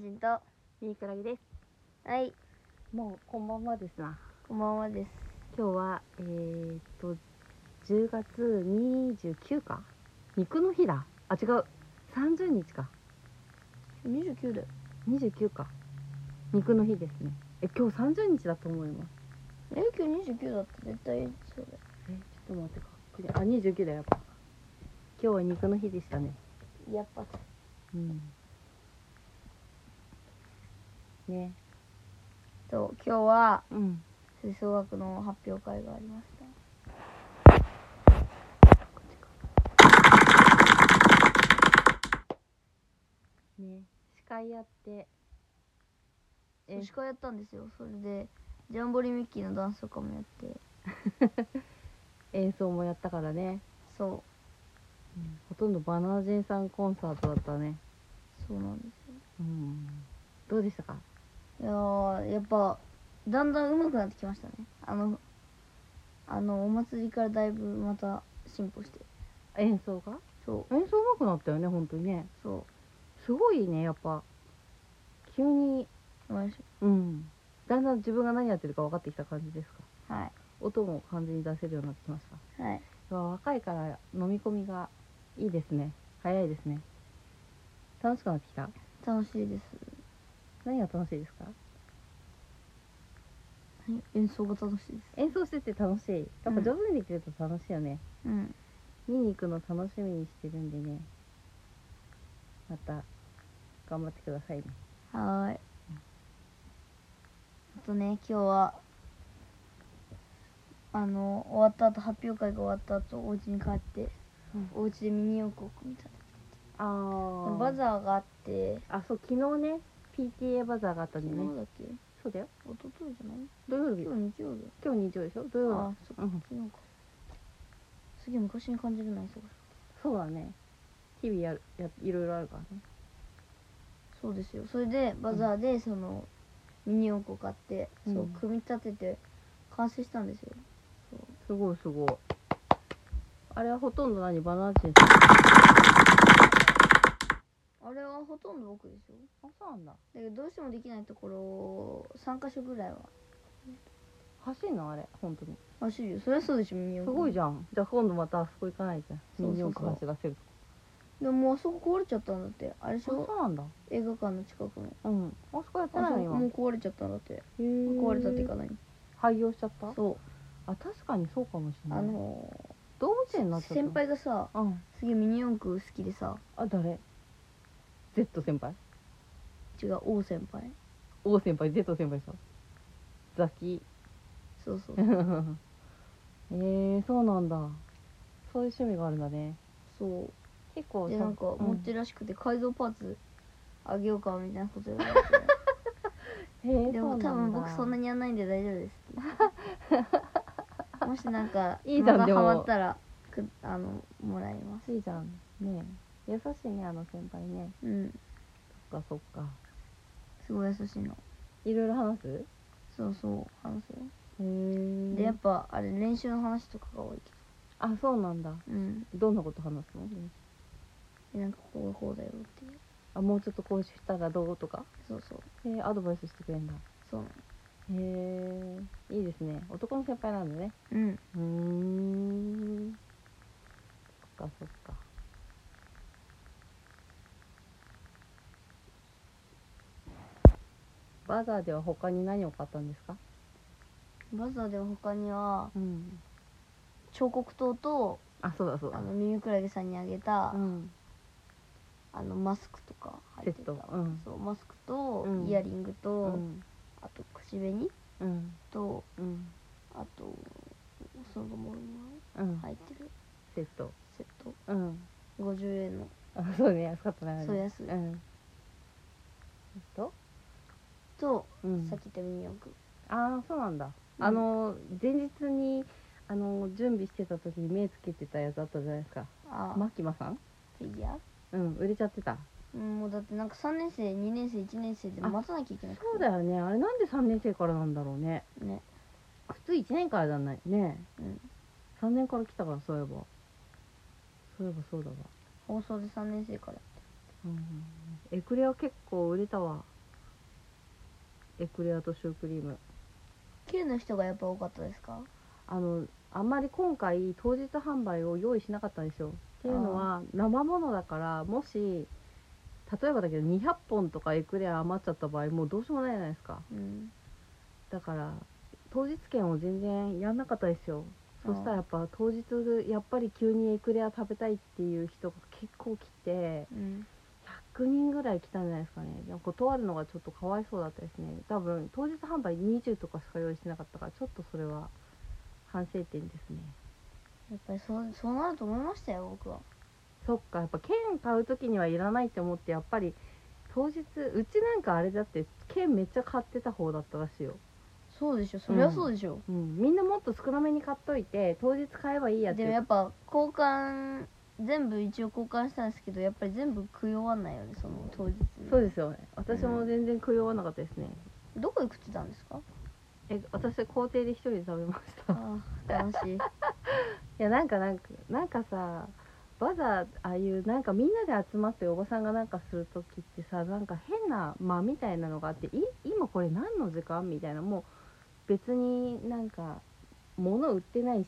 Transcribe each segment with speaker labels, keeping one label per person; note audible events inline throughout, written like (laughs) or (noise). Speaker 1: ミニクラゲです。
Speaker 2: はい、
Speaker 1: もうこんばんはですな。
Speaker 2: こんばんはです。
Speaker 1: 今日はえー、っと10月29か肉の日だ。あ違う30日か
Speaker 2: 二十九だよ。
Speaker 1: 29か肉の日ですね。え今日30日だと思います。
Speaker 2: え、今日二十九だった、絶対そうだよ。
Speaker 1: えちょっと待ってか。これあ29だやっぱ。今日は肉の日でしたね。
Speaker 2: やっぱ。
Speaker 1: うん。ね。
Speaker 2: そう、今日は
Speaker 1: うん。
Speaker 2: 吹奏楽の発表会がありました。
Speaker 1: ね司会やってえ
Speaker 2: 女子会やったんですよ。それで、ジャンボリミッキーのダンスとかもやって。
Speaker 1: 演奏もやったからね、
Speaker 2: そ
Speaker 1: ほとんどバナージンさんコンサートだったね
Speaker 2: う、そうなんですよ。
Speaker 1: うんどうでしたか
Speaker 2: いやー、やっぱ、だんだん上手くなってきましたね。あの。あの、お祭りからだいぶまた進歩して。
Speaker 1: 演奏が
Speaker 2: そ
Speaker 1: 演奏上手くなったよね本当にね
Speaker 2: う、そ
Speaker 1: すごいねやっぱ急に
Speaker 2: う、よし。
Speaker 1: うんだんだん自分が何やってるか分かってきた感じですか
Speaker 2: は
Speaker 1: 音も完全に出せるようになってきました
Speaker 2: い。はい。
Speaker 1: うわ若いから飲み込みがいいですね早いですね楽しくなってきた
Speaker 2: 楽しいです。
Speaker 1: 何が楽しいですか
Speaker 2: はい演奏が楽しいです。
Speaker 1: 演奏してて楽しいやっぱ上手にできると楽しいよね、
Speaker 2: うん。
Speaker 1: 見に行くの楽しみにしてるんでねまた頑張ってくださいね
Speaker 2: はーい。あとね、今日は、あの、終わった後、発表会が終わった後、お家に帰って、
Speaker 1: うん
Speaker 2: お家でミニ四駆を組みたい。
Speaker 1: あ
Speaker 2: バザーがあって、
Speaker 1: あそう昨日ね PTA バザーがあったん
Speaker 2: 昨
Speaker 1: で
Speaker 2: 日
Speaker 1: ね
Speaker 2: だっけ一
Speaker 1: そうだよ
Speaker 2: 昨日じゃない
Speaker 1: 土曜日
Speaker 2: 今日日曜だよ。
Speaker 1: 今日日曜でしょ土曜
Speaker 2: あ
Speaker 1: 日うん
Speaker 2: 昨日か。すげえ昔に感じるな、忙しくて
Speaker 1: そうだね日々やるやいろいろあるからね
Speaker 2: そうですよ。それで、バザーで、その、ミニ四駆を買って、そうう、
Speaker 1: ん
Speaker 2: 組み立てて、完成したんですよ。
Speaker 1: すごいすごいあれはほとんど何バナナチン
Speaker 2: あれはほとんど僕でしょ
Speaker 1: あそうなんだ
Speaker 2: だけどどうしてもできないところを3箇所ぐらいは
Speaker 1: 走んのあれ本当に
Speaker 2: 走るよそりゃそうでしょミニ四
Speaker 1: す
Speaker 2: 駆
Speaker 1: ごいじゃんじゃあ今度またあそこ行かないじゃん
Speaker 2: そうそうそう
Speaker 1: ミニ四駆走らせる
Speaker 2: でももうあそこ壊れちゃったんだってあれでし
Speaker 1: あそ
Speaker 2: ょ
Speaker 1: うなんだ
Speaker 2: 映画館の近くの
Speaker 1: うんあそこやって
Speaker 2: あ
Speaker 1: ない
Speaker 2: そ
Speaker 1: の
Speaker 2: こ
Speaker 1: 今
Speaker 2: もう壊れちゃったんだって
Speaker 1: へー
Speaker 2: 壊れたっていうか何
Speaker 1: 廃業しちゃった
Speaker 2: そ
Speaker 1: あ確かにそうかもし
Speaker 2: う
Speaker 1: れない
Speaker 2: あの
Speaker 1: 動物園になっちゃ
Speaker 2: ー
Speaker 1: った
Speaker 2: 先輩がさ
Speaker 1: うん
Speaker 2: すげえミニ四駆好きでさ
Speaker 1: あ誰 Z 先輩
Speaker 2: 違う王先輩
Speaker 1: O 先輩 Z 先輩でしょザキ (laughs)
Speaker 2: そうそう
Speaker 1: え (laughs) ー、そうなんだそういう趣味があるんだね
Speaker 2: そ
Speaker 1: 結構
Speaker 2: うでなんか持って
Speaker 1: る、
Speaker 2: るらしくて改造パーツあげようかみたいなこと言われて
Speaker 1: うんへー
Speaker 2: でも多
Speaker 1: そうな
Speaker 2: 分
Speaker 1: んだ
Speaker 2: 僕そんなにやんないんで大丈夫です
Speaker 1: (laughs)
Speaker 2: もしなんか
Speaker 1: いいじゃん
Speaker 2: ま
Speaker 1: で
Speaker 2: た
Speaker 1: も
Speaker 2: ハマったらくあのもらいます
Speaker 1: いいじゃんねえ優しいねあの先輩ね
Speaker 2: うん、
Speaker 1: そっかそっか
Speaker 2: すごい優しいの。
Speaker 1: いろいろ話すへ
Speaker 2: そうそう、話すよ。
Speaker 1: え
Speaker 2: で、やっぱ、あれ、練習の話とかが多いけ
Speaker 1: あそうなんだ
Speaker 2: ど。うん。
Speaker 1: どんなこと話すの
Speaker 2: で、なんか、こういう方だよっていう。
Speaker 1: あもうちょっとこうしたらどうとか
Speaker 2: そうそう。
Speaker 1: えー、アドバイスしてくれるんだ
Speaker 2: そうなの。
Speaker 1: へえいいですね男の先輩なんだね
Speaker 2: うん。
Speaker 1: うーんそっかそっかバザーでは他に何を買ったんですか
Speaker 2: バザーでは他には、
Speaker 1: うん
Speaker 2: 彫刻刀と、
Speaker 1: あそうだそうだ
Speaker 2: あの、ミニクラゲさんにあげた、
Speaker 1: うん
Speaker 2: あの、マスクとか入ってた。
Speaker 1: セットうん
Speaker 2: そう、マスクと、
Speaker 1: うん
Speaker 2: イヤリングと、
Speaker 1: うん
Speaker 2: あと、口紅
Speaker 1: うん
Speaker 2: と、
Speaker 1: うん
Speaker 2: あと、そのもろも
Speaker 1: うん
Speaker 2: ろ入ってる
Speaker 1: セット
Speaker 2: セット。
Speaker 1: うん
Speaker 2: 50円の。
Speaker 1: あそうね安かったね
Speaker 2: そう安い
Speaker 1: うんえっと
Speaker 2: と、
Speaker 1: うん
Speaker 2: さっき言ったミニ四駆。
Speaker 1: ああそうなんだ、
Speaker 2: うん
Speaker 1: あの前日にあの準備してた時に目つけてたやつあったじゃないですか
Speaker 2: あー、
Speaker 1: マキマさん
Speaker 2: フィギュア
Speaker 1: うん売れちゃってた
Speaker 2: うん、もうだってなんか3年生2年生1年生で
Speaker 1: あ
Speaker 2: 待たなきゃいけなくて
Speaker 1: そうだよねあれなんで3年生からなんだろうね
Speaker 2: ね
Speaker 1: 普通1年からじゃないね
Speaker 2: うん
Speaker 1: 3年から来たからそういえばそういえばそうだわ、
Speaker 2: 放送で3年生から
Speaker 1: うん、エクレア結構売れたわエクレアとシュークリーム
Speaker 2: Q の人がやっぱ多かったですか
Speaker 1: あのあんまり今回当日販売を用意しなかったんですよっていうのは生ものだからもし例えばだけど200本とかエクレア余っちゃった場合もうどうしようもないじゃないですか
Speaker 2: うん
Speaker 1: だから当日券を全然やんなかったですよそしたらやっぱ当日やっぱり急にエクレア食べたいっていう人が結構来て
Speaker 2: うん
Speaker 1: 100人ぐらい来たんじゃないですかねでも断るのがちょっとかわいそうだったですね多分当日販売20とかしか用意してなかったからちょっとそれは反省点ですね
Speaker 2: やっぱりそうそうなると思いましたよ僕は
Speaker 1: そっかやっぱ券買う時にはいらないって思ってやっぱり当日うちなんかあれだって券めっちゃ買ってた方だったらしいよ、
Speaker 2: そうでしょそりゃそうでしょ、
Speaker 1: うん、みんなもっと少なめに買っといて当日買えばいいやって
Speaker 2: でもやっぱ交換全部一応交換したんですけどやっぱり全部食い終わんないよねその当日に
Speaker 1: そうですよね私も全然食い終わらなかったですね、
Speaker 2: どこで食ってたんですか
Speaker 1: え私校庭で一人で食べましたい
Speaker 2: ああ悲しい
Speaker 1: やなんかなんかなんかさわざああいうなんかみんなで集まっておばさんがなんかする時ってさなんか変な間みたいなのがあってい今これ何の時間みたいなもう別になんか物売ってないし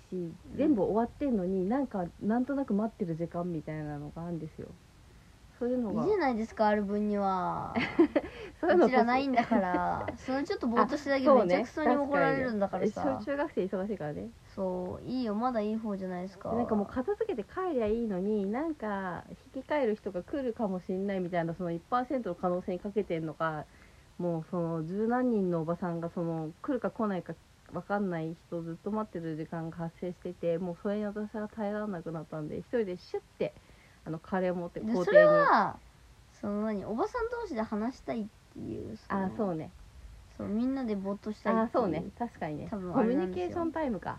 Speaker 1: 全部終わってんのに、なんかなんとなく待ってる時間みたいなのがあるんですよそういうのが
Speaker 2: いいじゃないですかある分に
Speaker 1: (laughs)
Speaker 2: は
Speaker 1: そういうの
Speaker 2: うちらないんだからそのちょっとぼーっとしてただけ
Speaker 1: そ
Speaker 2: め
Speaker 1: う
Speaker 2: ち
Speaker 1: ね
Speaker 2: ゃくそに怒られるんだから
Speaker 1: 確かに
Speaker 2: さ
Speaker 1: ねえ小中学生忙しいからね
Speaker 2: そういいよまだいい方じゃないですか
Speaker 1: なんかもう片付けて帰りゃいいのになんか引き換える人が来るかもしれないみたいなその1%の可能性にかけてんのかもうその十何人のおばさんがその来るか来ないか分かんない人ずっと待ってる時間が発生しててもうそれに私は耐えられなくなったんで一人でシュッてあのカレー持って
Speaker 2: で
Speaker 1: 校
Speaker 2: それ
Speaker 1: 庭に
Speaker 2: はその何おばさん同士で話したいっていうその
Speaker 1: あそうね
Speaker 2: そうみんなでぼーっとしたいってい
Speaker 1: あそうね確かにね
Speaker 2: 多
Speaker 1: コミ
Speaker 2: 分あれな
Speaker 1: ュ
Speaker 2: ん
Speaker 1: ニ
Speaker 2: ですよ
Speaker 1: ケーションタイムか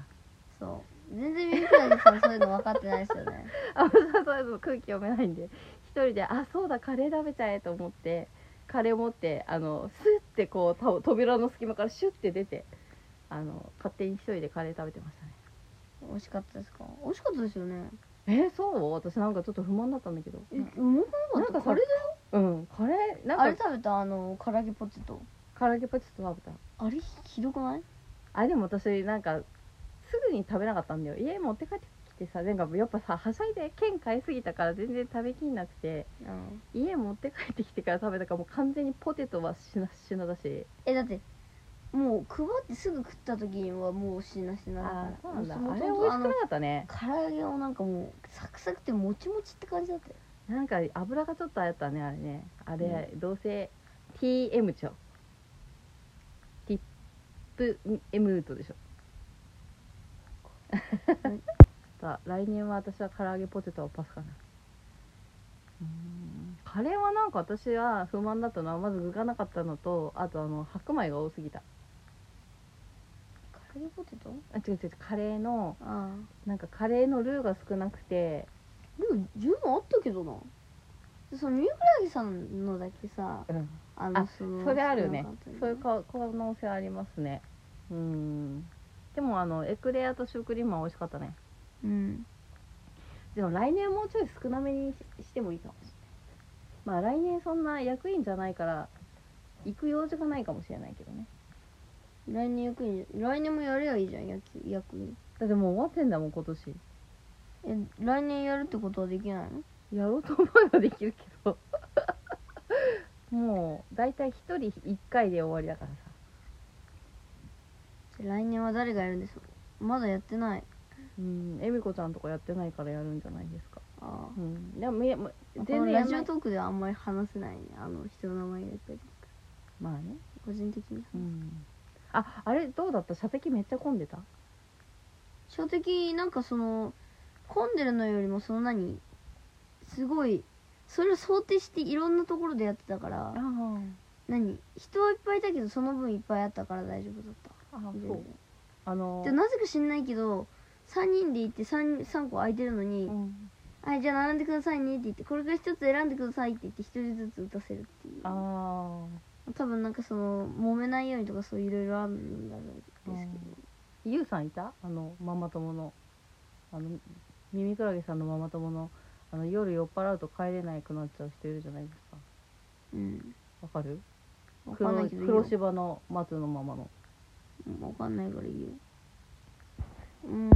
Speaker 2: そう全然ミルクダイさんそういうの分かってないですよね (laughs)
Speaker 1: あそうそう空気読めないんで一人で「あそうだカレー食べちゃえ」と思ってカレー持ってあのスッてこうと扉の隙間からシュッて出てあの勝手に一人でカレー食べてましたね
Speaker 2: 美味しかったですか美味しかったですよね
Speaker 1: えそう私なんかちょっと不満だったんだけど
Speaker 2: えうまくなか
Speaker 1: な
Speaker 2: っ
Speaker 1: んか
Speaker 2: た
Speaker 1: さ
Speaker 2: カレーだよ
Speaker 1: うんカレー
Speaker 2: あ
Speaker 1: な
Speaker 2: れ
Speaker 1: んか
Speaker 2: 食べたあの唐揚げポテト
Speaker 1: 唐揚げポテト食べた
Speaker 2: あれひどくない
Speaker 1: あでも私なんかすぐに食べなかったんだよ家持って帰ってきてさなんかやっぱさはしゃいで券買いすぎたから全然食べきんなくて
Speaker 2: うん
Speaker 1: 家持って帰ってきてから食べたからもう完全にポテトはしなしなだし
Speaker 2: えだってもう配ってすぐ食った時はもうしなしなだから
Speaker 1: あそうなんだあ
Speaker 2: も
Speaker 1: れ
Speaker 2: と
Speaker 1: 美味し
Speaker 2: もと
Speaker 1: くな
Speaker 2: の
Speaker 1: かったね
Speaker 2: 唐揚げをなんかもうサクサクってもちもちって感じだったよ
Speaker 1: なんか油がちょっとあったねあれねあれ、どうせ TM ちょティップ M ウート (laughs) でしょさあ来年は私は唐揚げポテトをパスかなうーんカレーはなんか私は不満だったのはまず具がなかったのとあとあの白米が多すぎた
Speaker 2: 唐揚げポテト
Speaker 1: あ違う違う違うカレーの
Speaker 2: ああ
Speaker 1: なんかカレーのルーが少なくて
Speaker 2: でも十分あったけどなでそのミルクラギさんのだけさ
Speaker 1: うん
Speaker 2: あ
Speaker 1: あ
Speaker 2: その
Speaker 1: それある
Speaker 2: 少
Speaker 1: ね
Speaker 2: なかったよね
Speaker 1: そういうか可能性ありますねうんでもあのエクレアとシュークリームは美味しかったね
Speaker 2: うん
Speaker 1: でも来年もうちょい少なめにししてもいいかもしれないまあ来年そんな役員じゃないから行く用事がないかもしれないけどね
Speaker 2: 来年役員来年もやればいいじゃん野球役員
Speaker 1: だってもう終わってんだもん今年
Speaker 2: え来年やるってことはできないの
Speaker 1: やろうと思えばできるけど (laughs) もう大体一人一回で終わりだからさ
Speaker 2: じゃあ来年は誰がやるんですかまだやってない
Speaker 1: うん恵美子ちゃんとかやってないからやるんじゃないですか
Speaker 2: ああ
Speaker 1: うんでもいやもう
Speaker 2: こ
Speaker 1: 全
Speaker 2: の
Speaker 1: 然
Speaker 2: ラ
Speaker 1: や
Speaker 2: ジ
Speaker 1: め
Speaker 2: オトークではあんまり話せないねあの人の名前がいっぱい出てくる
Speaker 1: まあね
Speaker 2: 個人的に
Speaker 1: うんああれどうだった射的めっちゃ混んでた
Speaker 2: 正直なんかその混んでるのよりもその何すごいそれを想定していろんなところでやってたから何人はいっぱいいたけどその分いっぱいあったから大丈夫だった
Speaker 1: ああ
Speaker 2: 全
Speaker 1: そう
Speaker 2: 然
Speaker 1: あの
Speaker 2: でなぜか知んないけど3人で行って 3, 三個空いてるのに
Speaker 1: うん
Speaker 2: 「はいじゃあ並んでくださいね」って言って「これから1つ選んでください」って言って1人ずつ打たせるっていう
Speaker 1: あ
Speaker 2: 多分なんかその揉めないようにとかそういろいろあるんだろうですけど
Speaker 1: ーゆうさんいたあのママ友のあの耳クラゲさんのママ友のあの夜酔っ払うと帰れなくなっちゃう人いるじゃないですか
Speaker 2: うん
Speaker 1: わかる
Speaker 2: わかんな
Speaker 1: 黒
Speaker 2: い
Speaker 1: い
Speaker 2: けどいいよ
Speaker 1: 黒芝の松のままの
Speaker 2: うんわかんないからいいようん